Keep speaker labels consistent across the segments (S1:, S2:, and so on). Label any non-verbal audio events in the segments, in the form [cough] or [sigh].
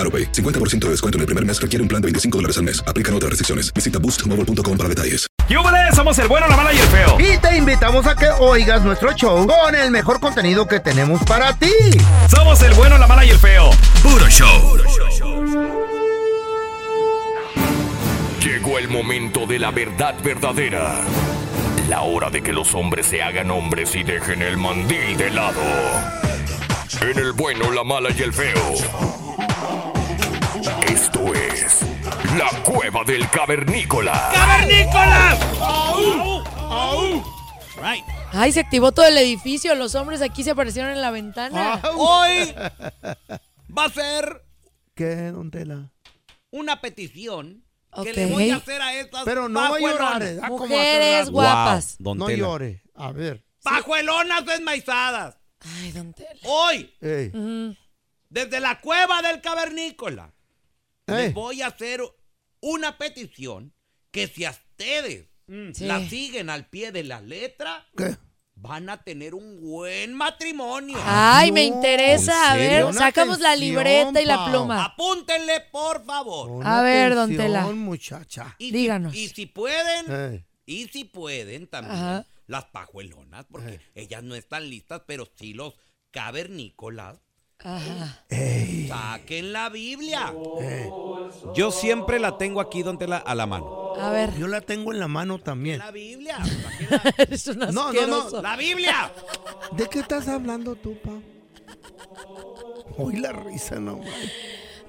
S1: AroPay. 50% de descuento en el primer mes requiere un plan de 25 dólares al mes. Aplican otras restricciones. Visita boostmobile.com para detalles.
S2: ¡Yúbales! Somos el bueno, la mala y el feo.
S3: Y te invitamos a que oigas nuestro show con el mejor contenido que tenemos para ti.
S2: Somos el bueno, la mala y el feo.
S4: Puro show. Llegó el momento de la verdad verdadera. La hora de que los hombres se hagan hombres y dejen el mandil de lado. En el bueno, la mala y el feo. Esto es la cueva del cavernícola.
S2: ¡Cavernícola!
S5: Ay, se activó todo el edificio. Los hombres aquí se aparecieron en la ventana.
S6: Hoy va a ser
S3: ¿Qué, don Tela?
S6: una petición que
S5: Ok.
S6: le voy a hacer a estas
S3: Pero no va a llorar.
S6: pajuelonas.
S3: ¿eh? Ah, ¿cómo va a
S5: Mujeres
S3: llorar?
S5: guapas.
S2: Don
S3: No
S2: Tela.
S3: llore. A ver.
S6: Pajuelonas desmaizadas.
S5: Ay, don Tela.
S6: Hoy,
S3: Ey.
S6: desde la cueva del cavernícola,
S3: Ey.
S6: les voy a hacer una petición que si a ustedes
S5: Mm. Sí.
S6: la siguen al pie de la letra,
S3: ¿Qué?
S6: van a tener un buen matrimonio.
S3: Ah.
S5: Ay, me
S3: No.
S5: interesa. A
S2: ¿En serio?
S5: ver,
S3: Una
S5: sacamos la
S3: atención,
S5: libreta y la
S3: Pao.
S5: pluma.
S6: Apúntenle, por
S3: Pon
S6: favor.
S5: ver, don
S3: atención,
S5: Tela.
S3: muchacha.
S6: Y si-
S5: díganos.
S6: y si pueden,
S3: Ey.
S6: Y si pueden también
S5: Ajá.
S6: las pajuelonas, porque
S3: Eh.
S6: ellas no están listas, pero sí los cavernícolas.
S3: Ah.
S5: Ajá.
S6: Saquen la Biblia.
S5: Oh.
S3: Eh,
S2: Yo siempre la tengo aquí, don Tela, a la mano.
S5: A ver. [laughs]
S3: Yo la tengo en la mano también.
S2: [laughs]
S6: La Biblia.
S5: Eres un
S3: no, no.
S5: asqueroso.
S6: La Biblia.
S3: ¿De qué estás hablando tú, pa? Hoy la risa no.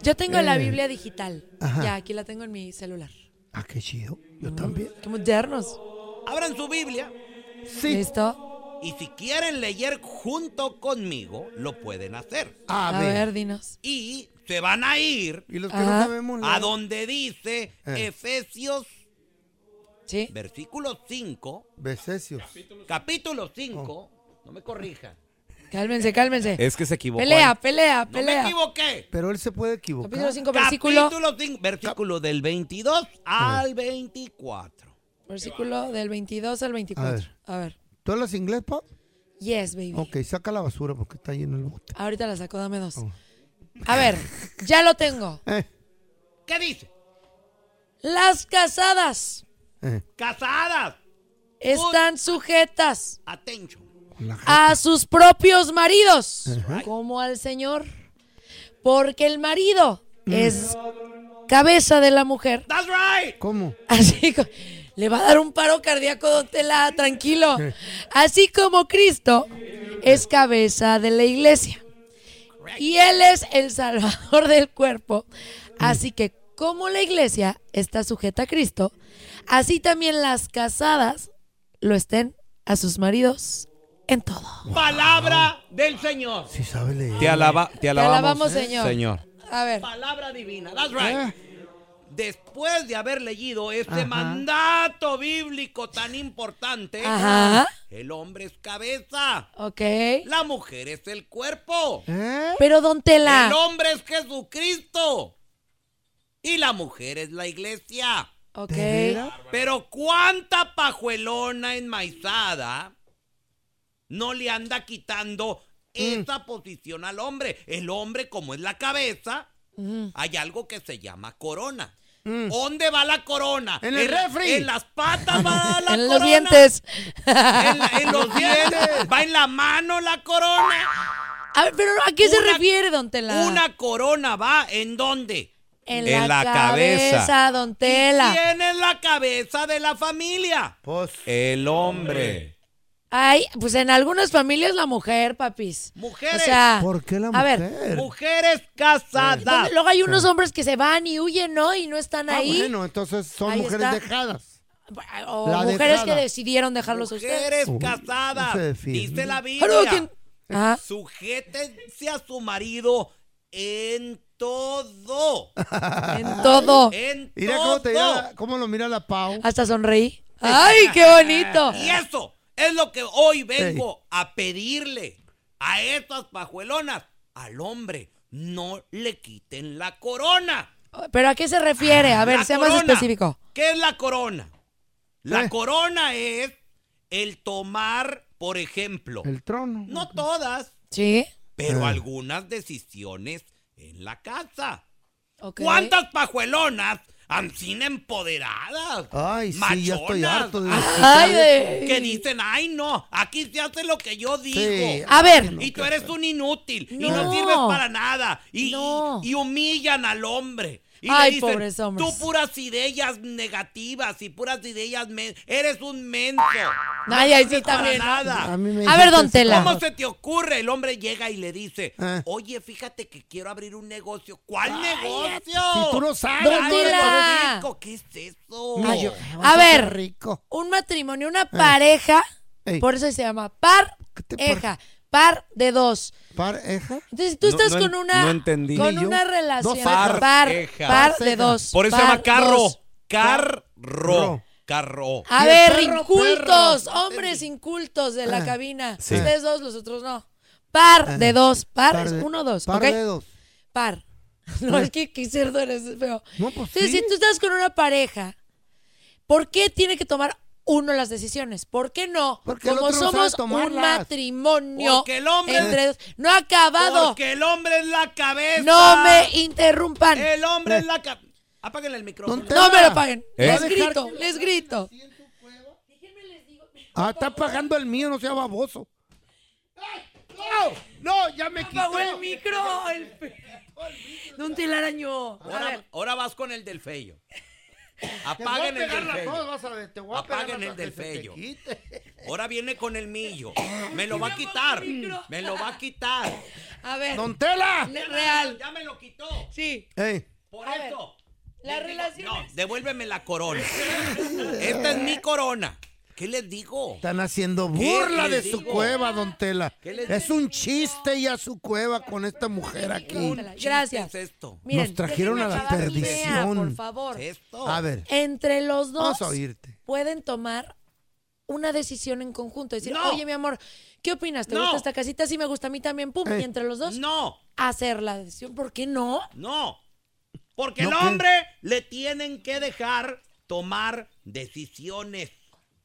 S5: Yo tengo la
S3: Eh.
S5: Biblia digital.
S3: Ajá.
S5: Ya, aquí la tengo en mi celular. Mm.
S3: Ah, qué chido. Yo también.
S5: Qué modernos.
S6: Abran su Biblia.
S3: Sí.
S5: ¿Listo?
S6: Y si quieren leer junto conmigo, lo pueden hacer.
S3: A,
S5: A
S3: ver.
S5: ver, Ah. dinos.
S6: Y se van a ir
S3: Y los que no
S5: Ajá.
S3: sabemos
S6: a
S3: leer?
S6: donde dice
S3: Eh.
S6: Efesios,
S5: ¿Sí?
S6: versículo 5,
S3: Becesios.
S6: capítulo 5.
S2: Oh.
S6: No me corrijan.
S5: Cálmense, cálmense.
S3: Eh,
S2: Es que se equivocó.
S5: Pelea, pelea,
S6: No me
S5: pelea.
S6: equivoqué.
S3: Pero él se puede
S5: Capítulo
S3: equivocar.
S5: 5, versículo,
S6: Capítulo 5, versículo del 22
S2: Eh.
S6: al 24.
S5: versículo del 22 al 24. A ver.
S3: ¿Tú hablas inglés, pa?
S5: Yes, baby.
S3: Ok, saca la basura porque está lleno el bote. [laughs]
S5: Ahorita la saco, dame dos.
S3: Oh.
S5: A ver, ya lo tengo.
S3: Eh,
S6: ¿Qué dice?
S5: Las casadas
S3: eh.
S6: Casadas.
S5: están sujetas
S6: Atención.
S5: a sus propios maridos, como al Señor, porque el marido es cabeza de la mujer.
S6: That's right.
S3: ¿Cómo?
S5: Así co- le va a dar un paro cardíaco, don Tela, tranquilo. Así como Cristo es cabeza de la iglesia. Y Él es el salvador del cuerpo. Así que como la iglesia está sujeta a Cristo, así también las casadas lo estén a sus maridos en todo.
S6: Palabra del Señor.
S3: Si sabe leer.
S2: Te, alaba, te alabamos, ¿eh?
S5: alabamos, Señor.
S2: Señor.
S5: A ver,
S6: Palabra divina. That's right.
S3: Eh,
S6: Después de haber leído este
S3: Ajá.
S6: mandato bíblico tan importante,
S5: Ajá.
S6: el hombre es cabeza,
S5: ok.
S6: la mujer es el cuerpo,
S3: ¿Eh?
S5: Pero don
S6: el
S5: Tela,
S6: hombre es Jesucristo y la mujer es la iglesia.
S5: Ok.
S6: Pero ¿cuánta pajuelona enmaizada no le anda quitando esa posición al hombre? El hombre, como es la cabeza, hay algo que se llama corona. ¿Dónde va la corona?
S3: En el refri.
S6: En las patas va
S5: [laughs]
S6: la corona.
S5: En los dientes.
S6: En, la- en los dientes. Va en la mano la corona.
S5: A ver, pero ¿a qué se
S6: Una-
S5: refiere, don Tela?
S6: Una corona va en dónde?
S5: En la,
S2: en la
S5: cabeza,
S2: cabeza.
S5: don Tela.
S6: ¿Quién es la cabeza de la familia?
S3: Pues,
S2: El hombre.
S5: Ay, pues en algunas familias la mujer, papis.
S6: Mujeres.
S5: O sea,
S7: ¿Por qué la
S5: a ver,
S7: mujer? Ah.
S6: Mujeres
S5: entonces
S6: casadas.
S5: luego hay unos hombres que se van y huyen, ¿no? Y no están
S3: ah,
S5: ahí.
S3: bueno, entonces son
S5: Ahí
S3: mujeres
S5: está.
S3: dejadas.
S5: O
S3: La
S5: mujeres
S3: dejada.
S5: que decidieron dejarlos a ustedes.
S6: Mujeres casadas.
S3: se defiende.
S6: Dice la
S5: Claro, ¿quién? Ah,
S6: Biblia.
S7: [laughs]
S5: Ajá.
S6: Sujétense a su marido en
S3: [laughs]
S6: todo.
S5: En todo.
S6: En
S3: Mira
S6: todo.
S3: cómo, te mira, cómo lo mira la Pau.
S5: Hasta sonreí. ¡Ay, qué bonito!
S6: Y eso es lo que hoy vengo a pedirle a estas pajuelonas. Al hombre, no le quiten la corona.
S5: ¿Pero a qué se refiere? Eh, A ver,
S6: La
S5: sea más
S6: corona.
S5: específico.
S6: ¿Qué es la corona? La
S3: Eh.
S6: corona es el tomar, por ejemplo,
S3: El trono. Eh.
S6: no todas,
S5: ¿Sí?
S6: pero algunas decisiones en la casa.
S5: Ok.
S6: ¿Cuántas pajuelonas han sido empoderadas?
S3: Ay, sí, ya estoy
S6: machonas,
S3: harto de...
S5: Ay, de-
S6: Que dicen, ay no, aquí se hace lo que yo digo.
S3: Sí.
S5: A ver,
S6: Y tú eres un inútil y
S5: No.
S6: no sirves para nada. Y,
S5: No.
S6: y- y humillan al hombre. Y
S5: Ay,
S6: le dicen,
S5: pobres hombres.
S6: Tú puras ideas negativas y puras ideas. men- eres un menso.
S5: Ay, ay, sí,
S6: sirves para
S5: también.
S6: nada.
S3: mí me
S5: A
S3: dicen
S5: ver,
S3: que
S5: don
S3: sí.
S5: Tela.
S6: ¿Cómo se te ocurre? El hombre llega y le dice,
S3: Ah.
S6: oye, fíjate que quiero abrir un negocio. ¿Cuál negocio?
S3: si tú no sabes.
S6: Ay,
S5: Don Tela.
S6: rico, ¿Qué es eso?
S5: Ay, yo-
S3: Ay,
S5: A
S3: vas ser
S5: ver,
S3: rico. Eh.
S5: un matrimonio, una pareja,
S3: Ey.
S5: por eso se llama par,
S3: ¿Qué te par-
S5: eja, par de dos.
S3: Pareja.
S5: Entonces, si tú
S2: No,
S5: estás
S2: no en-
S5: con una,
S2: no entendí.
S5: con
S3: Ni yo.
S5: una relación
S3: Dos
S5: par,
S2: par,
S5: par,
S2: eja.
S5: de dos.
S2: Por eso se
S5: par
S2: llama carro.
S5: dos.
S2: Carro. Carro.
S5: A
S3: Y el
S5: ver,
S3: perro,
S5: incultos,
S3: perro.
S5: hombres incultos de la cabina.
S2: Sí.
S5: Ustedes dos, los otros no. Par de dos, par,
S3: Par
S5: es
S3: de-
S5: uno, dos,
S3: Par
S5: ¿ok?
S3: de dos.
S5: par. [laughs] No, es que qué cerdo eres, es feo.
S3: No, pues
S5: Entonces,
S3: sí.
S5: si tú estás con una pareja, ¿por qué tiene que tomar uno las decisiones? ¿Por qué no?
S3: Porque el
S5: Como
S3: otro no sabe
S5: somos un
S3: tomarlas.
S5: matrimonio
S6: Porque el hombre-
S5: entre dos. No ha acabado.
S6: Porque el hombre es la cabeza.
S5: No me interrumpan.
S6: El hombre es la cabeza. Apáguenle el micrófono.
S3: Don
S5: No me
S3: Tela.
S5: lo paguen.
S2: ¿Eh?
S5: Les grito, les grito.
S3: Ah, está pagando el mío, no sea baboso. ¡No! ¡No! ¡Ya me
S5: Apagó
S3: quité!
S5: el micro. El... Don telaraño. A
S6: Ahora,
S5: ver,
S6: ahora vas con el del
S5: [laughs]
S6: feyo.
S3: Te voy a
S6: Apaguen el
S3: pegar
S6: del
S3: las dos,
S6: feyo.
S3: vas a ver. Te voy a pegar
S6: Apaguen
S3: las
S6: el del
S3: que se te
S6: fello.
S3: quite.
S6: Ahora viene con el millo.
S5: Ah.
S6: Me lo va a quitar. Me lo va a quitar.
S5: [laughs] a ver.
S3: [laughs] ¡Don Tela!
S5: le- Real.
S6: Ya me lo quitó.
S5: Sí.
S3: Ey,
S6: Por
S5: A ver,
S6: eso.
S5: Las
S6: No,
S5: relaciones.
S6: devuélveme
S5: [laughs]
S6: la corona. Esta es mi corona. ¿Qué les digo?
S3: están haciendo
S6: ¿Qué
S3: burla de
S6: les
S3: su
S6: digo?
S3: cueva, Don Tela.
S6: ¿Qué les
S3: Es un chiste ya su cueva con esta mujer aquí.
S5: Don Tela,
S6: Chiste
S5: Gracias.
S6: es esto?
S5: Miren,
S3: Nos trajeron
S5: déjenme
S3: a la
S5: acabar mi idea,
S3: perdición.
S5: por favor.
S6: Esto.
S3: A ver,
S5: Entre los dos
S3: vamos a oírte.
S5: pueden tomar una decisión en conjunto. Decir,
S6: No.
S5: oye, mi amor, ¿qué opinas? ¿Te
S6: No.
S5: gusta esta casita? Sí, me gusta a mí también. Pum.
S3: Eh.
S5: Y entre los dos,
S6: No,
S5: hacer la decisión. ¿Por qué no?
S6: no. Porque
S3: No,
S6: el
S3: ¿qué?
S6: hombre le tienen que dejar tomar decisiones.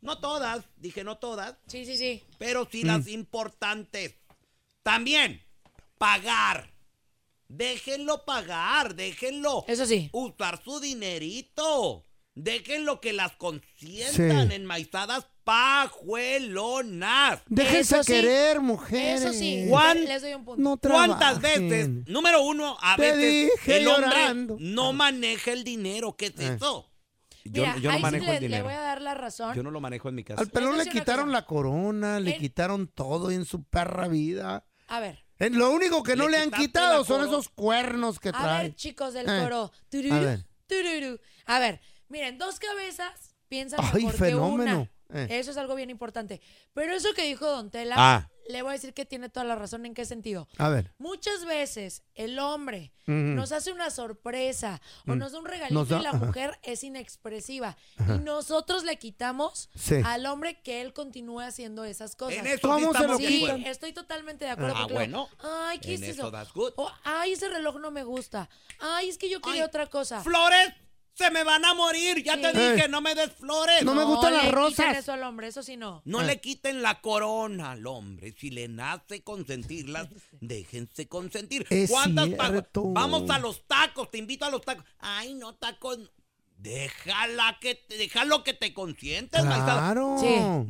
S6: No todas, dije no todas,
S5: Sí, sí, sí.
S6: pero sí
S3: Mm.
S6: las importantes. También, pagar. Déjenlo pagar, déjenlo
S5: Eso sí.
S6: usar su dinerito. Déjenlo que las consientan
S3: Sí.
S6: enmaizadas pajuelonas.
S3: Déjense
S5: Eso sí.
S3: querer, mujeres.
S5: Eso sí.
S6: Juan,
S5: Les doy un punto.
S3: No
S6: ¿Cuántas
S3: trabajen.
S6: veces? Número uno, a
S3: Te
S6: veces
S3: dije
S6: el hombre
S3: llorando.
S6: no maneja el dinero. ¿Qué es eso?
S2: Yo,
S5: Mira,
S2: yo no
S5: ahí sí
S2: manejo
S5: le,
S2: el
S5: le
S2: dinero.
S5: voy a dar la razón.
S2: Yo no lo manejo en mi casa.
S3: Al
S5: Les
S3: pelón le
S5: voy a decir una
S3: quitaron
S5: cosa.
S3: la corona, le
S5: En-
S3: quitaron todo en su perra vida.
S5: A ver.
S3: Eh, Lo único que no le
S6: Le
S3: han
S6: quitaste
S3: quitado
S6: la
S3: son
S6: corona.
S3: esos cuernos que
S5: A
S3: trae.
S5: ver, chicos del
S3: Eh.
S5: coro.
S3: A
S5: Tururú,
S3: ver.
S5: tururú. A ver, miren, dos cabezas piensan
S3: Ay,
S5: mejor
S3: fenómeno.
S5: que una.
S3: Eh.
S5: Eso es algo bien importante. Pero eso que dijo Don Tela,
S2: Ah.
S5: le voy a decir que tiene toda la razón. ¿En qué sentido?
S3: A ver.
S5: Muchas veces el hombre
S3: Mm.
S5: nos hace una sorpresa o nos da un regalito
S3: Nos da-
S5: y la
S3: ajá.
S5: mujer es inexpresiva. Y nosotros le quitamos
S3: Sí.
S5: al hombre que él continúe haciendo esas cosas.
S6: En eso
S3: ¿Cómo
S6: sí
S3: se
S6: estamos
S3: lo
S6: de
S5: Sí,
S6: acuerdo.
S3: quitan?
S5: estoy totalmente de acuerdo.
S6: Ah,
S5: porque luego,
S6: bueno.
S5: Ay, ¿qué
S6: En
S5: es
S6: eso
S5: eso?
S6: that's good.
S5: O, ay, ese reloj no me gusta. Ay, es que yo quería
S6: Ay,
S5: otra cosa.
S6: Flores Se me van a morir, ya
S5: Sí.
S6: te dije, no me des flores.
S3: No me gustan
S5: le
S3: las
S5: quiten
S3: rosas.
S5: Eso al hombre, eso sí no.
S3: Ah.
S6: No le quiten la corona al hombre. Si le nace
S5: [laughs]
S6: consentirlas, déjense consentir.
S3: Es
S6: ¿Cuántas pa-
S3: cierto.
S6: Vamos a los tacos, te invito a los tacos. Ay, no, tacos. no. Déjala que te, déjalo que te consientes, maizada.
S3: Claro.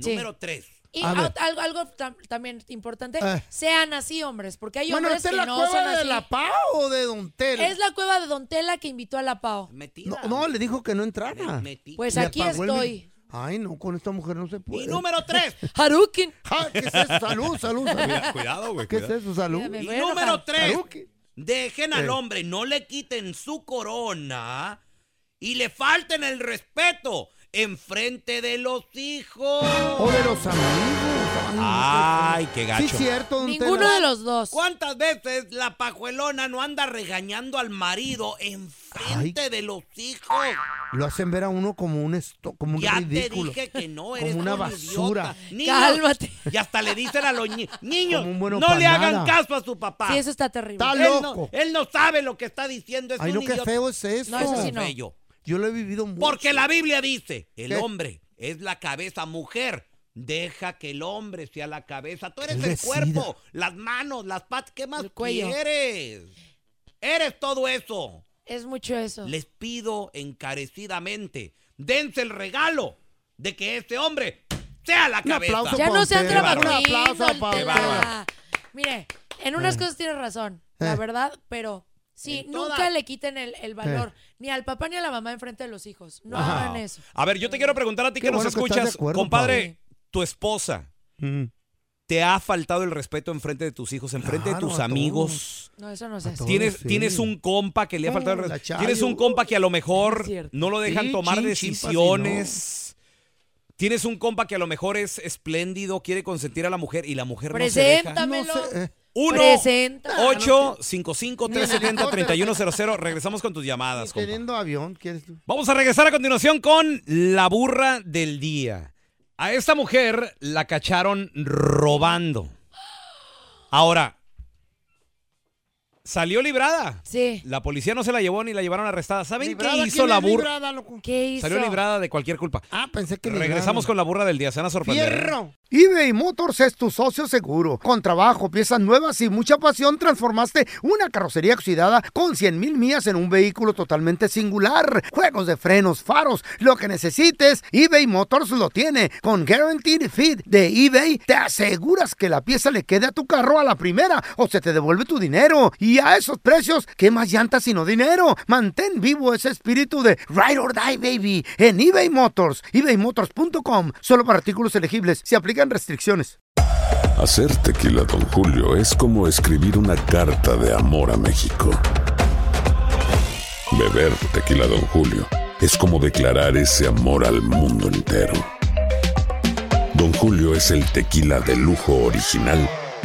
S5: Sí.
S6: Número tres.
S5: Y
S3: A ver.
S5: aut- algo, algo tam- también importante,
S3: Eh.
S5: sean así hombres, porque hay
S3: Bueno,
S5: hombres
S3: ¿esta es
S5: que
S3: la
S5: no son
S3: cueva
S5: así.
S3: de la PAO o de Don Tela?
S5: Es la cueva de Don Tela que invitó a la Pau.
S3: No,
S6: Metida.
S3: no, le dijo que no
S6: Me-
S3: entrara.
S6: metida.
S5: Pues
S3: Le
S5: aquí
S3: apagó el
S5: estoy.
S3: mic- Ay, no, con esta mujer no se puede.
S6: Y número
S5: [laughs]
S6: tres.
S5: Harukin.
S3: Ja, ¿Qué es eso? Salud, salud, salud.
S2: Cuidado, güey.
S3: ¿Qué es eso? Salud.
S5: Mírame.
S6: y
S5: voy a
S6: número
S5: enojar.
S6: pues, tres.
S3: Salud, ¿qué?
S6: Dejen al
S3: Eh.
S6: hombre, no le quiten su corona y le falten el respeto en frente de los hijos.
S3: O de los amigos.
S2: Ay, qué
S3: Sí,
S2: gacho.
S3: cierto, Don
S5: Ninguno
S3: Tela.
S5: de los dos.
S6: ¿Cuántas veces la pajuelona no anda regañando al marido en frente de los hijos?
S3: Lo hacen ver a uno como un, esto, como un
S6: Ya
S3: ridículo.
S6: te dije que no,
S3: Como
S6: eres
S3: una
S6: un
S3: basura.
S6: idiota. Niños,
S5: Cálmate.
S6: Y hasta le dicen a los
S3: [laughs]
S6: ni- niños,
S3: Como un bueno
S6: no
S3: pa'
S6: le hagan
S3: nada.
S6: caso a su papá.
S5: Sí, eso está terrible.
S3: Tal-
S6: él,
S3: loco.
S6: No, él no sabe lo que está diciendo, es
S3: Ay,
S6: un
S3: no, qué
S6: idiota.
S3: feo es eso.
S5: No, eso sí no.
S6: Bello.
S3: Yo lo he vivido mucho.
S6: Porque la Biblia dice, el
S3: ¿Qué?
S6: hombre es la cabeza mujer. Deja que el hombre sea la cabeza. Tú eres
S3: Él
S6: el
S3: decida.
S6: cuerpo, las manos, las patas. ¿Qué más
S5: El cuello.
S6: quieres? Eres todo eso.
S5: Es mucho eso.
S6: Les pido encarecidamente, dense el regalo de que este hombre sea la
S3: Un
S6: cabeza.
S3: aplauso
S5: Ya no
S3: Don
S5: sean
S3: Tela.
S5: trabajuinos.
S3: Un aplauso
S5: Don
S3: para
S5: Tela.
S3: Don
S6: Tela.
S5: Mire, en unas cosas tiene razón, la
S3: Eh.
S5: verdad, pero sí,
S6: En
S5: nunca
S6: todas.
S5: le quiten el, el valor
S3: Eh.
S5: ni al papá ni a la mamá enfrente de los hijos. No
S3: Ah.
S5: hagan eso.
S2: A ver, yo te quiero preguntar a ti
S3: Qué
S2: que nos
S3: bueno que estás de
S2: escuchas,
S3: acuerdo,
S2: compadre, tu esposa.
S3: Mm.
S2: ¿Te ha faltado el respeto enfrente de tus hijos, enfrente
S3: Claro,
S2: de tus
S3: a
S2: amigos?
S5: No, eso no se
S3: A
S5: hace.
S3: todos.
S2: ¿Tienes,
S3: Oh, sí.
S2: tienes un compa que le ha faltado el
S3: Mm, la
S2: respeto.
S3: chayo.
S2: Tienes un compa que a lo mejor
S5: Es cierto.
S2: no lo dejan
S3: Sí,
S2: tomar
S3: chin, chimpa, si no.
S2: decisiones. Tienes un compa que a lo mejor es espléndido, quiere consentir a la mujer y la mujer no se deja.
S5: Preséntamelo.
S3: No sé, eh.
S2: Uno,
S5: Presenta.
S3: [laughs]
S2: 855-370-3100. Regresamos con tus llamadas, compa.
S3: Teniendo avión, ¿quieres tú?
S2: Vamos a regresar a continuación con la burra del día. A esta mujer la cacharon robando. Ahora, salió librada.
S5: Sí.
S2: La policía no se la llevó ni la llevaron arrestada. ¿Saben
S3: Librada,
S2: qué hizo
S3: ¿quién
S2: la
S3: es
S2: burra?
S3: librada, loco?
S5: ¿Qué hizo?
S2: Salió librada de cualquier culpa.
S3: Ah, pensé que librada.
S2: Regresamos con la burra del día. Se van a sorprender.
S3: ¡Fierro! eBay Motors es tu socio seguro. Con trabajo, piezas nuevas y mucha pasión, transformaste una carrocería oxidada con 100 mil millas en un vehículo totalmente singular. Juegos de frenos, faros, lo que necesites, eBay Motors lo tiene. Con Guaranteed Fit de eBay, te aseguras que la pieza le quede a tu carro a la primera o se te devuelve tu dinero. Y a esos precios, ¿qué más llantas sino dinero? Mantén vivo ese espíritu de Ride or Die, baby, en eBay Motors. ebaymotors.com. Solo para artículos elegibles. Se aplican restricciones.
S8: Hacer tequila, Don Julio, es como escribir una carta de amor a México. Beber tequila, Don Julio, es como declarar ese amor al mundo entero. Don Julio es el tequila de lujo original,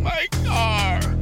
S9: My car.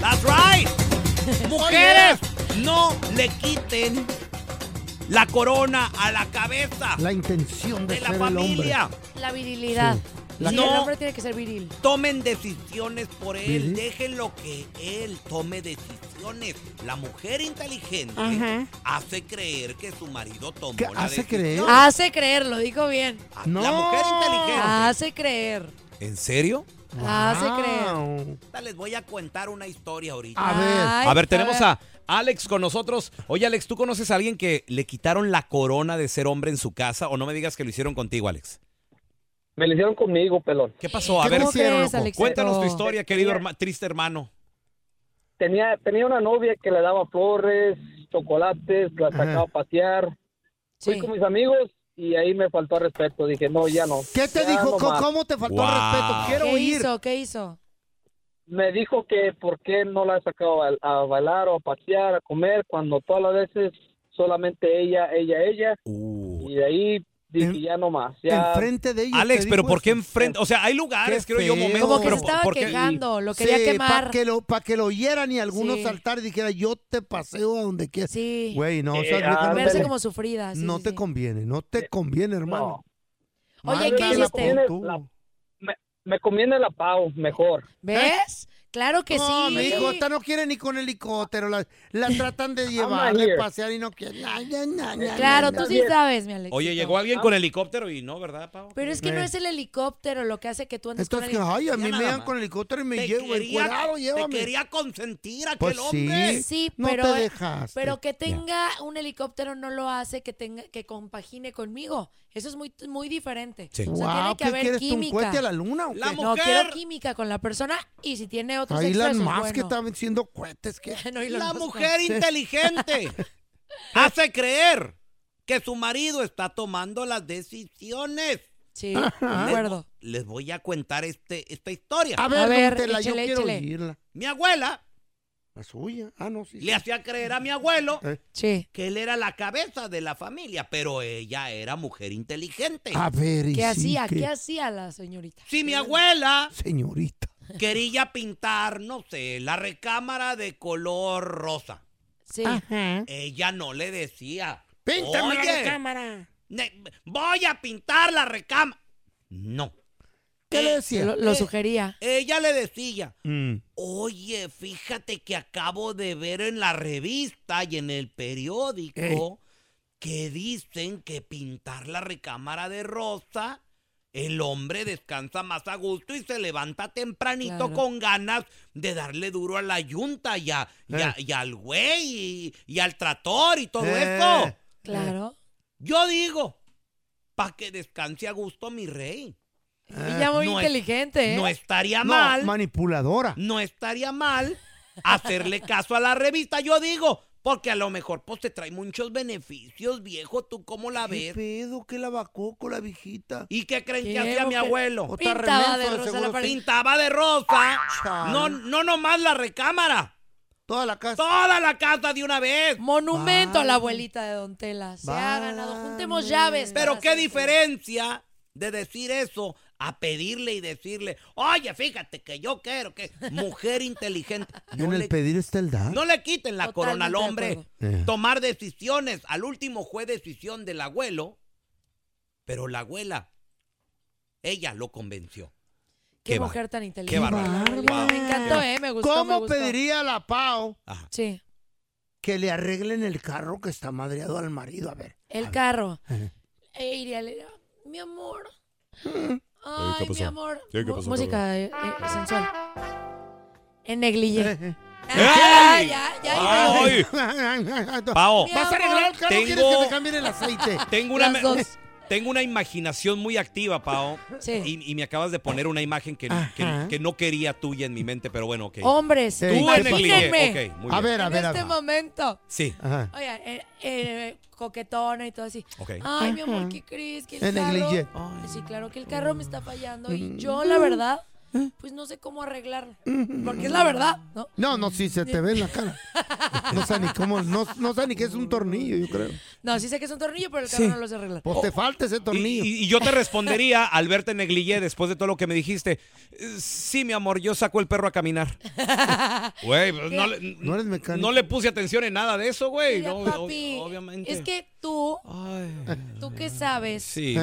S6: That's right. Mujeres, no le quiten la corona a la cabeza
S3: La intención de,
S6: de la
S3: ser el hombre.
S6: familia.
S5: La virilidad.
S6: La-
S5: Sí,
S6: No.
S5: El hombre tiene que ser viril.
S6: Tomen decisiones por él.
S3: Ujú.
S6: Déjenlo que él tome decisiones. La mujer inteligente
S5: Ajá.
S6: hace creer que su marido tomó
S3: ¿Qué
S6: la
S3: hace
S6: decisión.
S3: creer?
S5: Hace creer, lo dijo bien.
S6: Ah, La
S3: No. Ah.
S6: mujer inteligente.
S5: Hace creer.
S2: ¿En serio?
S5: Hace creer.
S3: Wow.
S6: Ahorita Les voy a contar una historia ahorita.
S3: A ver.
S5: Ay,
S2: a ver, tenemos a Alex con nosotros. Oye, Alex, ¿tú conoces a alguien que le quitaron la corona de ser hombre en su casa? O no me digas que lo hicieron contigo, Alex.
S10: Me lo hicieron conmigo, pelón.
S2: ¿Qué pasó? A ver,
S5: Oh.
S2: cuéntanos tu historia, querido herma- triste hermano.
S10: Tenía, tenía una novia que le daba flores, chocolates, la sacaba a pasear. Fui con mis amigos y ahí me faltó el respeto. Dije, no, ya no.
S3: ¿Qué te
S10: Ya
S3: dijo?
S10: no
S3: ¿Cómo,
S10: más.
S3: cómo te faltó el respeto? Quiero
S5: ¿Qué
S3: oír.
S5: hizo? ¿Qué hizo?
S10: Me dijo que por qué no la sacaba a, a bailar o a pasear, a comer, cuando todas las veces solamente ella, ella, ella. Y de ahí dije, ya no más. Ya,
S3: Enfrente de ella.
S2: Alex,
S3: te
S2: pero
S3: dijo
S2: ¿por qué enfrente? O sea, hay lugares, creo yo, momentos.
S5: Como que
S2: pero
S5: se estaba
S2: ¿por qué?
S5: quejando, lo quería
S3: Sí,
S5: quemar.
S3: Para que, lo, pa' que lo oyeran y algunos
S5: Sí.
S3: saltar y dijera, yo te paseo a donde quieras.
S5: Sí.
S3: Güey, no, o sea,
S5: Eh,
S3: vieja, no
S5: verse
S3: te-
S5: como sufrida. sí,
S3: no
S5: sí,
S3: te
S5: sí.
S3: conviene, no te conviene, hermano.
S5: Oye, ¿qué
S10: Me
S5: hiciste?
S10: conviene la- me, me conviene la pau, mejor.
S5: ¿Ves? Claro que
S3: ¿Eh? no,
S5: sí.
S3: mi hijo, esta no quiere ni con helicóptero. La, la
S5: [laughs]
S3: tratan de llevar,
S5: here.
S3: de pasear y no quiere. Ay, ya, ya, ya,
S5: Eh, Claro,
S3: ya,
S5: tú
S3: ya.
S5: sí sabes, mi Alex.
S2: Oye, llegó alguien con helicóptero y no, ¿verdad, Pau?
S5: Pero es que no es el helicóptero lo que hace que tú andes con
S3: Entonces,
S5: alguien.
S3: ay, a mí
S5: Ya
S3: me
S5: nada
S3: dan
S5: más.
S3: con helicóptero y me
S5: Te
S3: llevo.
S5: quería-
S3: Cuidado,
S5: te
S3: llévame.
S5: quería
S6: consentir a
S3: Pues sí,
S5: Sí,
S3: no
S5: pero, eh,
S3: te dejaste.
S5: pero que tenga un helicóptero no lo hace que tenga que compagine conmigo. Eso es muy, muy diferente.
S3: Sí.
S5: O sea, tiene que
S3: Guau, ¿qué
S5: haber
S3: quieres tú, un
S5: química.
S3: cohete a la luna o qué?
S5: No, quiero química con la persona y si tiene otros
S3: Ahí
S5: extras,
S3: las
S5: es
S3: más que
S5: bueno.
S3: están venciendo cohetes. Que...
S5: [laughs] No, Elon
S6: La
S5: Musk,
S6: mujer
S5: no.
S3: [laughs]
S6: inteligente
S3: Ah.
S6: hace creer que su marido está tomando las decisiones.
S5: Sí,
S3: de acuerdo.
S6: Les, voy a contar este, esta historia.
S3: A ver, A ver, don Tela, yo échele, quiero échele. oírla.
S6: Mi abuela
S3: La suya. Ah, no, sí.
S6: le hacía creer a mi abuelo
S3: Eh.
S5: Sí.
S6: que él era la cabeza de la familia, pero ella era mujer inteligente.
S3: A ver, y
S5: ¿Qué hacía?
S3: que-
S5: ¿Qué hacía la señorita?
S6: Si mi abuela
S3: Señorita.
S6: quería pintar, no sé, la recámara de color rosa.
S5: Sí.
S6: Ella no le decía.
S3: ¿Eh? Píntame la
S6: "Oye,
S3: recámara".
S6: ne- voy a pintar la recámara. No.
S3: ¿Qué le decía?
S5: Lo, lo sugería.
S6: Ella le decía,
S3: Mm.
S6: oye, fíjate que acabo de ver en la revista y en el periódico que dicen que pintar la recámara de rosa, el hombre descansa más a gusto y se levanta tempranito
S2: Claro.
S6: con ganas de darle duro a la yunta y, a- y a- y al güey y, y al trator y todo
S2: Eh.
S6: eso.
S5: Claro.
S6: Yo digo, para que descanse a gusto mi rey.
S5: Ella muy
S6: Ah. No es-
S5: inteligente, ¿eh?
S6: No estaría
S3: No,
S6: mal
S3: manipuladora.
S6: no estaría mal hacerle caso a la revista, yo digo, porque a lo mejor pues te trae muchos beneficios, viejo, ¿tú cómo la
S3: ¿Qué
S6: ves?
S3: pedo? ¿Qué la vacó con la viejita?
S6: ¿Y qué creen que
S3: Quiero
S6: hacía mi
S3: que-
S6: abuelo?
S3: O está Pintaba remenso, de de rosa la seguro. pared.
S6: Pintaba de rosa.
S3: Ah, Chale.
S6: No, no nomás la recámara.
S3: Toda la casa.
S6: Toda la casa de una vez.
S5: Monumento a la abuelita de Don Tela. Se ha ganado. Juntemos llaves.
S6: Pero
S5: para
S6: qué
S5: hacer-
S6: diferencia de decir eso a pedirle y decirle, oye, fíjate que yo
S3: [laughs]
S6: quiero que mujer inteligente.
S3: en el pedir está el dar.
S6: No le quiten la corona al
S5: Totalmente de
S6: hombre.
S3: Eh.
S6: Tomar decisiones. Al último fue decisión del abuelo, pero la abuela, ella lo convenció.
S5: Qué,
S6: Qué bar-
S5: mujer tan inteligente.
S6: qué bárbara.
S5: Abuelita. Me encantó, ¿eh? Me gustó.
S3: ¿Cómo
S5: me gustó.
S3: pediría la Pau
S5: Sí,
S3: que le arreglen el carro que está madreado al marido? A ver. [laughs]
S5: el carro. Eh, iría, le diría, mi amor. Ay, mi
S3: pasó?
S5: amor.
S3: Sí, ¿qué
S5: Mu-
S3: pasó,
S5: Música eh, eh, sensual. En
S6: [laughs]
S5: negligé.
S3: ¡Ey!
S5: ya, ya,
S2: ¡Ay! Pao.
S3: ¿Vas a arreglar el carro? o ¿Quieres
S2: Tengo-
S3: que te cambien el aceite?
S2: Tengo una, tengo una imaginación muy activa, Pao.
S5: Sí.
S2: Y, y me acabas de poner una imagen que, que, que no quería tuya en mi mente, pero bueno, ok.
S5: Hombres,
S2: Tú en el
S5: imagínenme.
S2: Ok, muy bien.
S5: en este momento.
S2: Sí.
S5: Oiga, eh, eh, coquetona y todo así.
S2: Ok.
S5: Ay, mi amor,
S3: Ajá.
S5: ¿qué crees? Que el
S3: En
S5: carro...
S3: negligé.
S5: Sí, claro que el carro me está fallando y
S3: Mm.
S5: yo, la verdad,
S2: Mm.
S5: pues no sé cómo arreglarlo. Porque es la verdad, ¿no?
S3: No, no, sí, se te ve en la cara. No sé ni cómo, no, no sé ni qué es un tornillo, yo creo.
S5: No, sí sé que es un tornillo, pero el carro
S2: Sí.
S5: no lo sé arreglar.
S3: Pues te falta ese tornillo.
S2: Oh. Y, y yo te respondería, al verte negligé después de todo lo que me dijiste, "Eh, sí, mi amor, yo saco el perro a caminar.
S5: [laughs]
S2: Güey, pues, no, le-
S3: No eres mecánico.
S2: no le puse atención en nada de eso, güey.
S5: Mira,
S2: No,
S5: papi,
S2: ob- obviamente.
S5: es que tú, tú que sabes
S3: [laughs]
S2: Sí.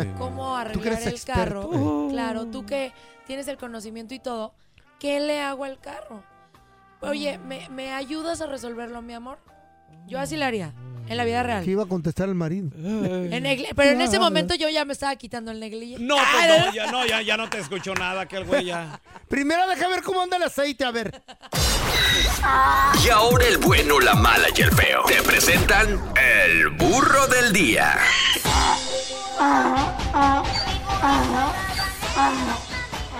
S2: Tú
S5: cómo
S2: que
S5: arreglar
S2: eres
S5: el
S2: experto.
S5: carro,
S2: Oh.
S5: claro, tú que tienes el conocimiento y todo, ¿qué le hago al carro? Oye, ¿me, me ayudas a resolverlo, mi amor? Yo así lo haría, en la vida real.
S3: ¿Qué iba a contestar el marido?
S5: En negli- pero en ese momento yo ya me estaba quitando el negligé.
S2: No,
S5: Ah,
S2: pues no, ya, no ya, ya no te escucho nada, que el güey ya.
S3: Primero deja ver cómo anda el aceite, a ver.
S11: Y ahora el bueno, la mala y el feo. Te presentan el burro del día.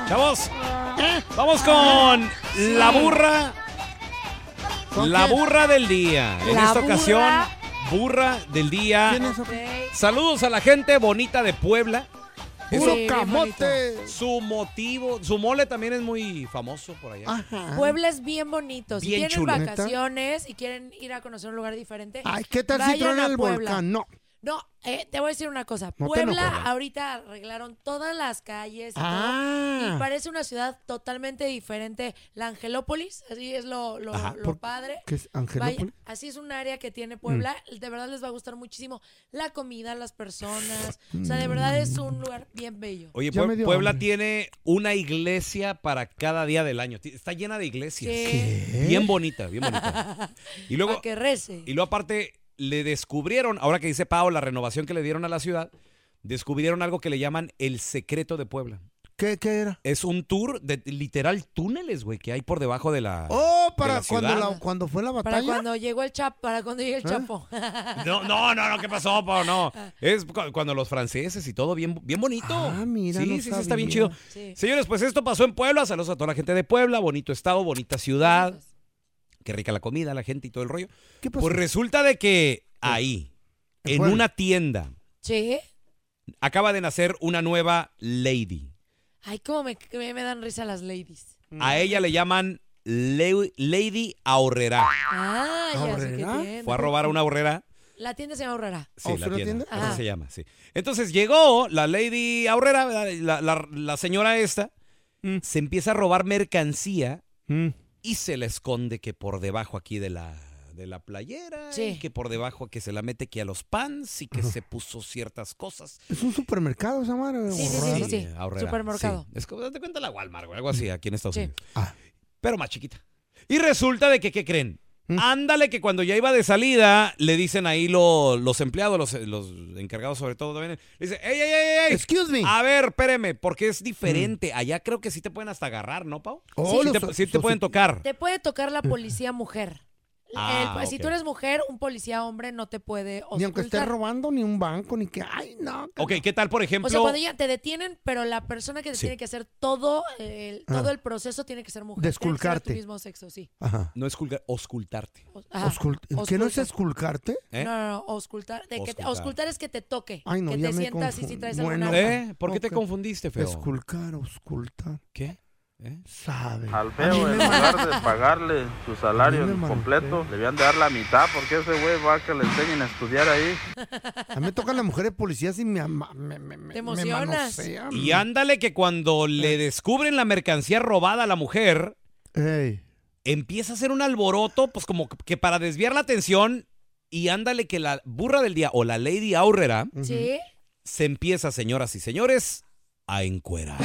S6: Chavos, vamos con la burra. La burra del día. En
S4: La
S6: esta
S4: burra.
S6: ocasión, burra del día. Saludos a la gente bonita de Puebla.
S3: Puro
S6: Eso-
S3: camote.
S6: Su motivo, su mole también es muy famoso por allá.
S3: Ah.
S5: Puebla es bien bonito. Si
S6: Bien
S5: tienen
S6: chulo. ¿Neta?
S5: vacaciones y quieren ir a conocer un lugar diferente,
S3: Ay, ¿qué tal si
S5: vayan
S3: truena
S5: a
S3: el
S5: Puebla.
S3: volcán? No.
S5: No, eh, te voy a decir una cosa.
S3: No te
S5: Puebla,
S3: enojes.
S5: ahorita arreglaron todas las calles. y
S3: Ah.
S5: todo, y parece una ciudad totalmente diferente. La Angelópolis, así es lo, lo,
S3: Ajá,
S5: lo
S3: ¿por
S5: padre.
S3: qué es Angelópolis? Mm.
S5: Vaya, así es un área que tiene Puebla. De verdad les va a gustar muchísimo la comida, las personas. O sea,
S3: Mm.
S5: de verdad es un lugar bien bello.
S6: Oye,
S3: Ya
S6: Pue-
S3: me dio
S6: Puebla tiene una iglesia para cada día del año. Ti- Está llena de iglesias.
S5: Sí.
S6: Bien bonita, bien bonita. Y luego,
S5: Pa' que rece.
S6: y luego aparte, le descubrieron, ahora que dice Pau, la renovación que le dieron a la ciudad, descubrieron algo que le llaman el secreto de Puebla.
S3: ¿Qué, qué era?
S6: Es un tour de literal túneles, güey, que hay por debajo de la.
S3: Oh,
S6: de
S3: para
S6: la
S3: cuando,
S6: ciudad.
S3: la- cuando fue la
S5: Para
S3: batalla. ¿Eh?
S5: cuando llegó el Chapo, para cuando llegue el Chapo. [laughs]
S6: No, no, no, no, ¿qué pasó, Pau? No. Es cu- cuando los franceses y todo, bien, bien bonito. Ah,
S3: mira,
S6: Sí,
S3: no
S6: sí, sí, está bien
S3: sabía.
S6: chido. Señores, pues esto pasó en Puebla. Saludos a toda la gente de Puebla. Bonito estado, bonita ciudad. Qué rica la comida, la gente y todo el rollo. Pues resulta de que ahí, en
S5: Puebla.
S6: una tienda,
S5: Sí.
S6: acaba de nacer una nueva lady.
S5: Ay, cómo me, que me- me dan risa las ladies.
S6: A ella le llaman Leu- Lady Ahorrera.
S5: Ah, ya sé qué tienda.
S6: Fue a robar a una ahorrera.
S5: La tienda se llama Aurora.
S6: Sí, la tienda. Así
S5: Ajá.
S6: se llama, sí. Entonces llegó la Lady Aurrera, ¿verdad? la, la- la señora esta, se empieza a robar mercancía y se la esconde que por debajo aquí de la, de la playera, y que por debajo que se la mete que a los pants y que se puso ciertas cosas.
S3: Es un supermercado, esa madre.
S5: Sí, sí,
S3: horror.
S5: sí, sí, sí.
S6: Aurrera,
S5: Supermercado.
S6: sí. Es como, date cuenta la Walmart, güey, algo así aquí en Estados
S5: Sí.
S6: Unidos.
S3: Ah.
S6: Pero más chiquita. Y resulta de que, ¿qué creen?
S3: Mm.
S6: Ándale que cuando ya iba de salida, le dicen ahí lo- los empleados, los, los encargados sobre todo también, le dicen, ¡ey, ey, ey, ey!
S3: Excuse
S2: Ah,
S3: me. Mm.
S6: A ver, espéreme, porque es diferente. Allá creo que sí te pueden hasta agarrar, ¿no, Pau?
S3: Oh,
S6: sí,
S3: los
S6: te,
S3: so-
S6: sí te pueden tocar.
S5: Te puede tocar la
S3: [laughs]
S5: policía mujer.
S6: Ah,
S5: El- Si
S6: ok.
S5: tú eres mujer, un policía hombre no te puede
S3: Ni aunque esté
S5: ocultar.
S3: robando ni un banco, ni que. Ay, no.
S6: Ok, ¿qué tal, por
S5: O
S6: ejemplo?
S5: sea, cuando ya te detienen, pero la persona que te
S6: Sí.
S5: tiene que hacer todo el,
S6: Ah.
S5: todo el proceso tiene que ser mujer.
S3: Desculcarte.
S5: Tiene que ser tu mismo sexo, sí.
S6: No es culgar, oscultarte.
S5: Ajá.
S3: Oscul- ¿Qué no es esculcarte?
S6: ¿Eh?
S5: No, no, no, auscultar. De que te-
S6: Auscultar.
S5: auscultar es que te toque.
S3: Ay, no,
S5: que
S3: ya
S5: te
S3: me
S5: sientas y
S3: confundí.
S5: si traes
S3: Bueno,
S5: alguna.
S6: ¿Eh? ¿Por qué te
S3: Ah, Ok.
S6: confundiste, feo?
S3: Esculcar, oscultar.
S6: ¿Qué? ¿Eh?
S3: Sabe.
S10: Al feo, en lugar de pagarle su salario
S3: Dime, hermano,
S10: completo, le van a dar la mitad porque ese güey va a que le enseñen a estudiar ahí.
S3: A mí me tocan las mujeres policías y me, ama- me, me, me-
S5: Te
S3: me
S5: emocionas.
S3: manosean.
S6: Y ándale que cuando le descubren la mercancía robada a la mujer,
S3: Ey.
S6: empieza a hacer un alboroto, pues como que para desviar la atención, y ándale que la burra del día o la Lady Aurrera
S5: Sí.
S6: se empieza, señoras y señores, a encuerar.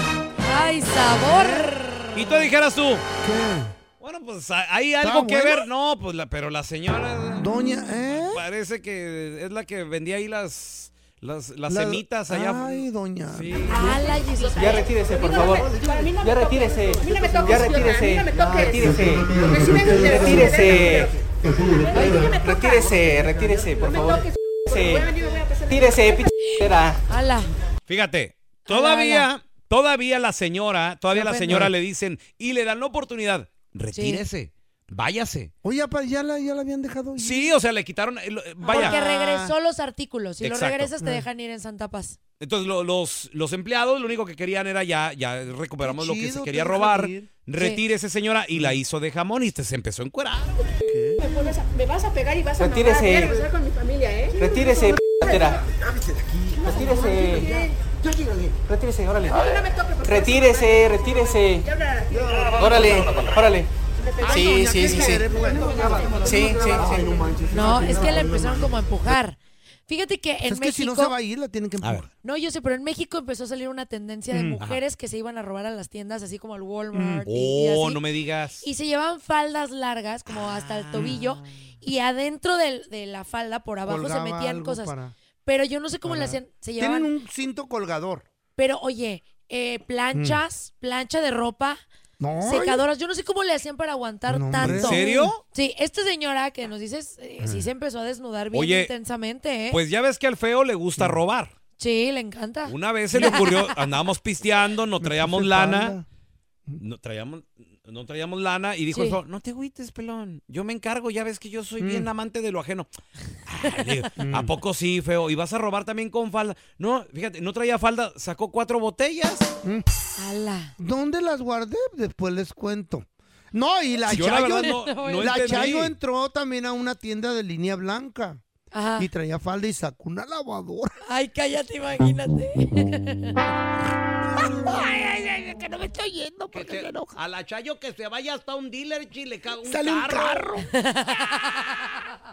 S5: ¡Ay, sabor!
S6: Y tú dijeras tú, bueno, pues a- hay
S3: ¿Está
S6: algo que
S3: bueno?
S6: ver. No, pues la, pero la señora
S3: Doña, ¿eh?
S6: parece que es la que vendía ahí las, las, las
S3: La-
S6: semitas allá.
S3: Ay, doña.
S5: ¡Hala, Jesús!
S12: Ya retírese, por favor. Ya retírese. Ya retírese. Retírese. Retírese. Retírese, retírese, por favor. Retírese, pichera.
S5: ¡Hala!
S6: Fíjate,
S3: Ah,
S6: todavía,
S12: ala.
S6: todavía la señora, todavía
S3: Se
S6: la
S3: ofende.
S6: señora le dicen y le dan la oportunidad. Retírese, váyase.
S3: Oye, apa, ya la, ya la habían dejado. ir.
S6: Sí, o sea, le quitaron, eh, lo- eh, vaya.
S5: Porque regresó los artículos. Si
S6: Exacto.
S5: los regresas, te
S6: Ah.
S5: dejan ir en Santa Paz.
S6: Entonces lo- los, los empleados lo único que querían era ya, ya recuperamos lo que
S3: chido,
S6: se
S3: te
S6: quería
S3: dejan
S6: robar.
S3: ir.
S6: Retírese señora y la hizo de jamón y este se empezó a encuerar.
S13: Me, pones a- me vas a pegar y vas a
S12: Retírese.
S13: nombrar, voy a regresar con mi familia, ¿eh?
S12: Retírese, pichera. Retírese. Retírese, órale. Retírese, retírese. Órale, órale. Sí, sí, sí, sí. Sí, sí, sí.
S5: No, es que la empezaron como a empujar. Fíjate que en
S3: Pues Es que si
S5: México.
S3: no se va a ir, la tienen que empujar.
S5: No, yo sé, pero en México empezó a salir una tendencia de
S6: Mm.
S5: mujeres que se iban a robar a las tiendas, así como al Walmart. y- y
S6: Oh,
S5: así.
S6: no me digas.
S5: Y se llevaban faldas largas, como hasta
S3: Ah.
S5: el tobillo, y adentro del- de, la falda, por abajo,
S3: Colgaba
S5: se metían
S3: algo
S5: cosas.
S3: para-
S5: Pero yo no sé cómo le
S3: para-
S5: hacían. Se
S3: Tienen
S5: llevaban.
S3: un cinto colgador. Mm.
S5: Pero oye, eh, planchas, plancha de ropa,
S3: No.
S5: secadoras. Yo no sé cómo le hacían para aguantar
S3: No, hombre.
S5: tanto.
S6: ¿En serio?
S5: Sí, esta señora que
S3: Ah.
S5: nos dices, eh, sí se empezó a desnudar bien
S6: Oye,
S5: intensamente, ¿eh?
S6: Pues ya ves que al feo le gusta robar.
S5: Sí, le encanta.
S6: Una vez se le ocurrió, andábamos pisteando, no traíamos lana. No traíamos, no traíamos lana y dijo
S14: Sí.
S6: eso, no te agüites, pelón. Yo me encargo, ya ves que yo soy
S14: Mm.
S6: bien amante de lo ajeno. Ah, le digo,
S3: Mm.
S6: ¿A poco sí, feo? ¿Y vas a robar también con falda? No, fíjate, no traía falda, sacó cuatro botellas.
S3: ¿Dónde las guardé? Después les cuento. No, y la
S6: Yo la
S3: Chayo,
S6: verdad no- no
S3: la
S6: entendí.
S3: Chayo entró también a una tienda de línea blanca. Y traía falda y sacó una lavadora.
S5: Ay, cállate, imagínate.
S14: Ay, ay, ay, que no me estoy yendo porque se enoja. A la Chayo que se vaya hasta un dealer y le cago un
S3: Sale un
S14: carro. [laughs]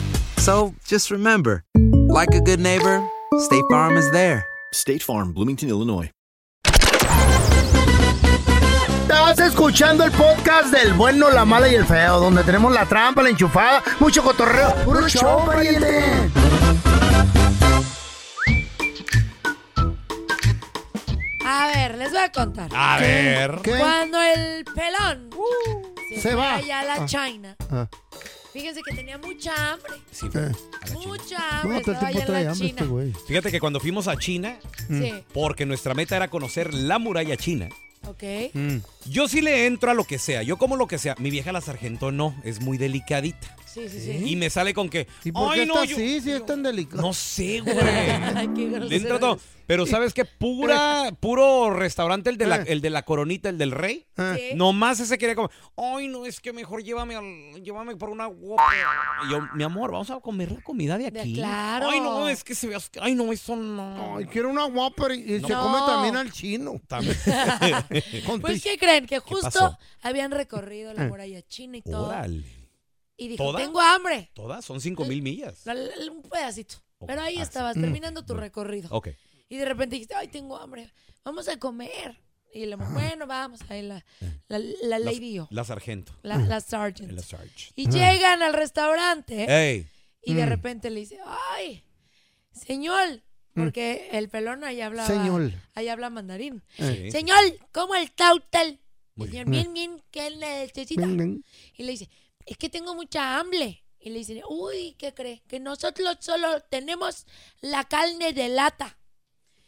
S7: So just remember like a good neighbor, State Farm is there.
S15: State Farm, Bloomington, Illinois.
S3: Estás escuchando el podcast del bueno, la mala y el feo, donde tenemos la trampa, la enchufada, mucho cotorreo. ¡Puro show, pariente!
S5: A ver, les voy a contar.
S6: A ver. ¿Qué?
S5: Cuando el pelón se,
S16: Uh.
S3: Se
S5: fue
S3: va.
S5: allá a la
S3: Ah.
S5: China,
S3: Ah.
S5: fíjense que tenía mucha hambre.
S6: Sí,
S5: Mucha
S3: No,
S5: hambre.
S3: todo
S5: estaba
S3: el
S5: allá
S3: tiempo
S5: en
S3: trae
S5: la
S3: hambre este
S5: China.
S3: güey. Mm.
S6: Fíjate que cuando fuimos a China,
S5: Sí.
S6: porque nuestra meta era conocer la muralla china,
S5: Ok.
S3: Mm.
S6: yo sí le entro a lo que sea, yo como lo que sea. Mi vieja la sargento no, es muy delicadita.
S5: Sí, sí, sí.
S6: Y me sale con que,
S3: ¿Por qué
S6: ay no,
S3: está
S6: yo,
S3: así? Sí, es tan delicado.
S6: No
S3: [laughs]
S6: sé, güey.
S5: Qué
S6: Le entra
S5: grosero
S6: todo. Pero ¿sabes qué? Pura, puro restaurante, el de,
S3: Eh.
S6: la, el de la coronita, el del rey.
S5: Sí.
S6: Nomás ese quería comer. Ay, no, es que mejor llévame, al- llévame por una guapa. Y yo, mi amor, vamos a comer la comida de aquí.
S5: claro.
S6: Ay, no, es que se ve. as- Ay, no, eso no.
S3: Ay, quiero una Whopper y y se
S5: No.
S3: come también al chino.
S6: También.
S3: [laughs] Con
S5: Pues,
S3: tis-
S5: ¿qué creen? Que
S6: pasó?
S5: justo habían recorrido la
S3: Eh.
S5: muralla china y todo.
S6: Órale.
S5: Y dijo,
S6: ¿Toda?
S5: tengo hambre.
S6: Todas son
S5: Pues,
S6: cinco mil millas.
S5: La- la- la- Un pedacito. Pero ahí estabas,
S6: Mm.
S5: terminando tu recorrido.
S6: Ok.
S5: Y de repente dijiste, ay, tengo hambre. Vamos a comer. Y le bueno, vamos. Ahí la, la, la
S6: La-
S5: lady y yo.
S6: La sargento.
S5: La, la sergeant.
S6: La sarge.
S5: Y llegan al restaurante
S6: Ey.
S5: y de
S6: Mm.
S5: repente le dice, ay, señor, porque el pelón ahí hablaba,
S3: Señor.
S5: ahí habla mandarín.
S3: Sí.
S5: Señor, ¿cómo el tautel?
S3: Muy
S5: Señor,
S3: bien.
S5: bien, bien, ¿qué necesita?
S3: Bien, bien.
S5: Y le dice, es que tengo mucha hambre. Y le dice, uy, ¿qué cree? Que nosotros solo tenemos la carne de lata.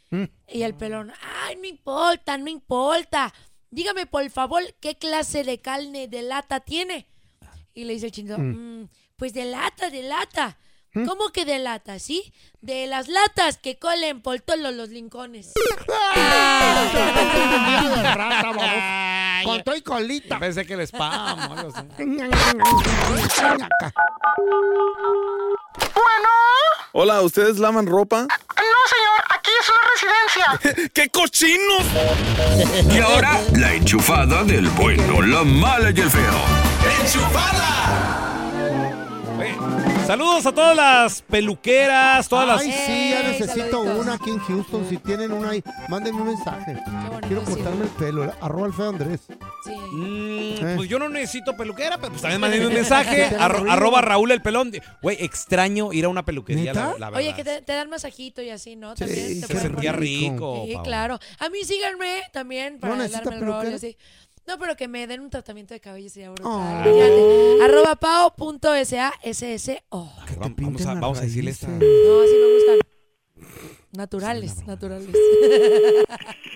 S3: Mm.
S5: Y el pelón, ay, no importa, no importa. Dígame, por favor, ¿qué clase de carne de lata tiene? Y le dice el chino,
S12: Mm.
S5: "Mm, pues de lata, de lata.
S3: Mm.
S5: ¿Cómo que de lata, sí? De las latas que colen por todos los lincones.
S3: Con todo y colita.
S6: Pensé que el spam. o algo así.
S1: Hola, ¿ustedes lavan ropa?
S12: No, señor, aquí es una residencia.
S1: ¡Qué cochinos!
S11: Y ahora, la enchufada del bueno, la mala y el feo.
S6: Saludos a todas las peluqueras, todas las.
S3: Ay, sí, ya necesito una aquí en Houston. Si tienen una ahí, mándenme un mensaje. Quiero cortarme el pelo. Arroba al feo Andrés.
S5: Eh.
S6: Mm, Pues yo no necesito peluquera, pero pues también
S5: [laughs]
S6: manden un
S3: Que
S6: mensaje.
S3: te hagan
S6: arro-
S3: ruido.
S6: arroba Raúl el pelón. Güey, extraño ir a una peluquería, la, la verdad.
S5: Oye, que te, te dan masajito y así, ¿no? También te
S6: se
S5: ponen-
S6: sentía rico.
S5: Sí,
S6: Pau.
S5: claro. A mí síganme también para
S6: necesita
S5: darme el rol y
S6: peluquera.
S5: así. No, pero que me den un tratamiento de cabello sería brutal. Fíjate. Arroba pao.sasso.
S17: Vamos a, vamos a decirle esta.
S5: No, sí me gustan. Naturales, naturales.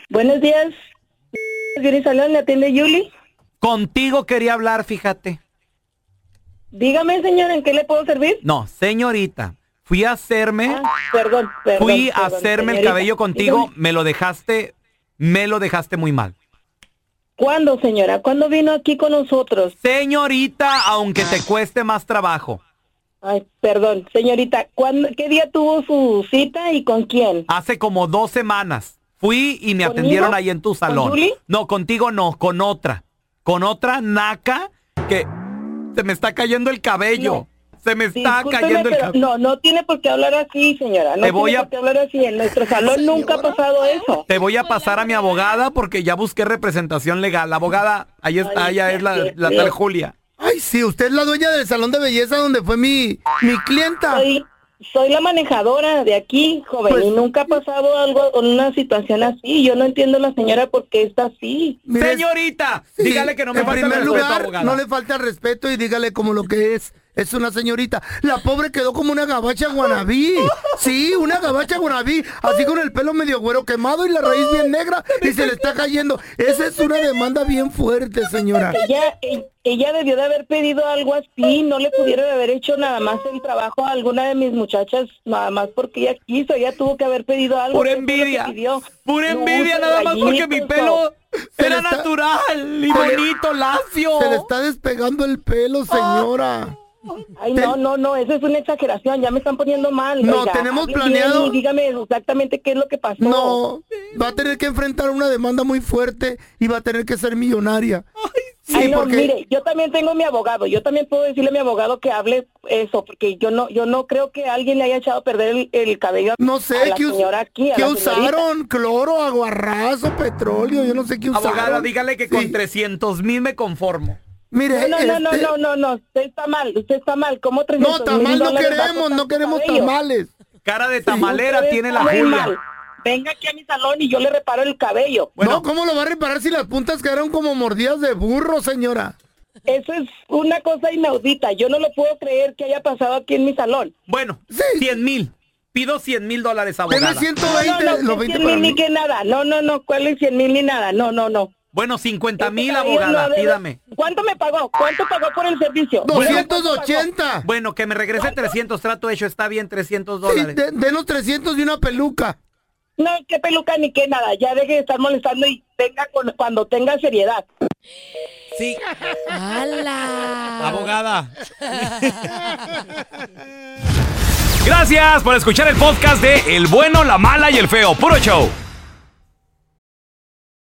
S12: Buenos días. Beauty Salón, le atiende Yuli.
S6: Contigo quería hablar, fíjate.
S12: Dígame, señor, ¿en qué le puedo servir?
S6: No, señorita, fui a hacerme,
S12: Perdón, perdón.
S6: fui a
S12: perdón,
S6: hacerme el
S12: señorita.
S6: cabello contigo,
S12: Dígame,
S6: me lo dejaste, me lo dejaste muy mal.
S12: ¿Cuándo, señora? ¿Cuándo vino aquí con nosotros?
S6: Señorita, aunque te cueste más trabajo.
S12: Ay, perdón, señorita, ¿cuándo, ¿qué día tuvo su cita y con quién?
S6: Hace como dos semanas fui y me
S12: ¿Conmigo?
S6: atendieron ahí en tu
S12: ¿Con
S6: salón.
S12: Julie?
S6: No, contigo no, con otra. Con otra naca que se me está cayendo el cabello. Se me está
S12: Discúlpeme,
S6: cayendo el
S12: pero
S6: cabello.
S12: no, no tiene por qué hablar así, señora. No
S6: Te
S12: tiene
S6: voy a-
S12: por qué hablar así. En nuestro salón nunca ha pasado eso.
S6: Te voy a pasar a mi abogada porque ya busqué representación legal. La abogada, ahí está, ella es la, la tal Julia.
S3: Ay, sí, usted es la dueña del salón de belleza donde fue mi, mi clienta.
S12: Soy, soy la manejadora de aquí, joven, y nunca ha pasado algo con una situación así. Yo no entiendo la señora por qué está así.
S6: Señorita,
S3: Sí,
S6: dígale que no me
S3: en
S6: falte el
S3: primer
S6: respeto,
S3: lugar,
S6: abogada.
S3: no le falta el respeto y dígale como lo que es. Es una señorita. La pobre quedó como una gabacha
S6: [laughs]
S3: guanabí. Sí, una gabacha guanabí. Así con el pelo medio güero quemado y la raíz bien negra. Y se le está cayendo. Esa es una demanda bien fuerte, señora.
S12: Ella, e- ella debió de haber pedido algo así, no le pudieron haber hecho nada más el trabajo a alguna de mis muchachas, nada más porque ella quiso, ella tuvo que haber pedido algo.
S6: Por
S12: eso fue lo que
S6: envidia,
S12: pidió.
S6: por
S12: No,
S6: envidia, nada más porque mi
S12: rayitos,
S6: pelo era natural y bonito, lacio.
S3: Se le está despegando el pelo, señora.
S12: Ah. Ay, no, no, no, eso es una exageración, ya me están poniendo mal.
S3: No,
S12: oiga,
S3: tenemos
S12: hable bien
S3: planeado-
S12: y dígame exactamente qué es lo que pasó.
S3: No, va a tener que enfrentar una demanda muy fuerte y va a tener que ser millonaria.
S12: Ay, no, mire, yo también tengo mi abogado, yo también puedo decirle a mi abogado que hable eso, porque yo no, yo no creo que alguien le haya echado a perder el, el cabello.
S3: No sé
S12: a la
S3: qué, us-
S12: señora aquí, a
S3: qué
S12: la señorita.
S3: usaron, cloro, aguarrazo, petróleo, yo no sé qué usaron.
S6: Abogada, dígale que con 300 mil me conformo.
S3: Mire,
S12: no, no, no,
S3: este-
S12: no, no, no, usted está mal, usted está mal, ¿cómo 300
S3: No, tamal
S12: mil
S3: no
S12: dólares va a
S3: queremos,
S12: costar
S3: no
S12: su
S3: queremos
S12: cabello?
S3: tamales.
S6: Cara de tamalera
S12: Usted
S6: tiene la
S12: está muy
S6: Julia.
S12: mal. Venga aquí a mi salón y yo le reparo el cabello.
S3: No, ¿cómo lo va a reparar si las puntas quedaron como mordidas de burro, señora?
S12: Eso es una cosa inaudita, yo no lo puedo creer que haya pasado aquí en mi salón.
S6: Bueno, 100 mil. Pido 100 mil dólares,
S12: Pues No,
S6: abogada.
S12: no, no, que 100 mil ni que nada, no, no, no, ¿cuál es 100 mil ni nada? No, no, no.
S6: Bueno, 50 mil,
S12: Cabello
S6: abogada,
S12: no debe-
S6: pídame.
S12: ¿Cuánto me pagó? ¿Cuánto pagó por el servicio?
S6: Bueno, que me regrese 300, trato hecho, está bien, 300 dólares.
S3: denos 300 y una peluca.
S12: No, qué peluca ni qué nada. Ya deje de estar molestando y tenga con- cuando tenga seriedad.
S17: Sí.
S5: ¡Hala!
S17: Abogada. Gracias por escuchar el podcast de El bueno, la mala y el feo. Puro show.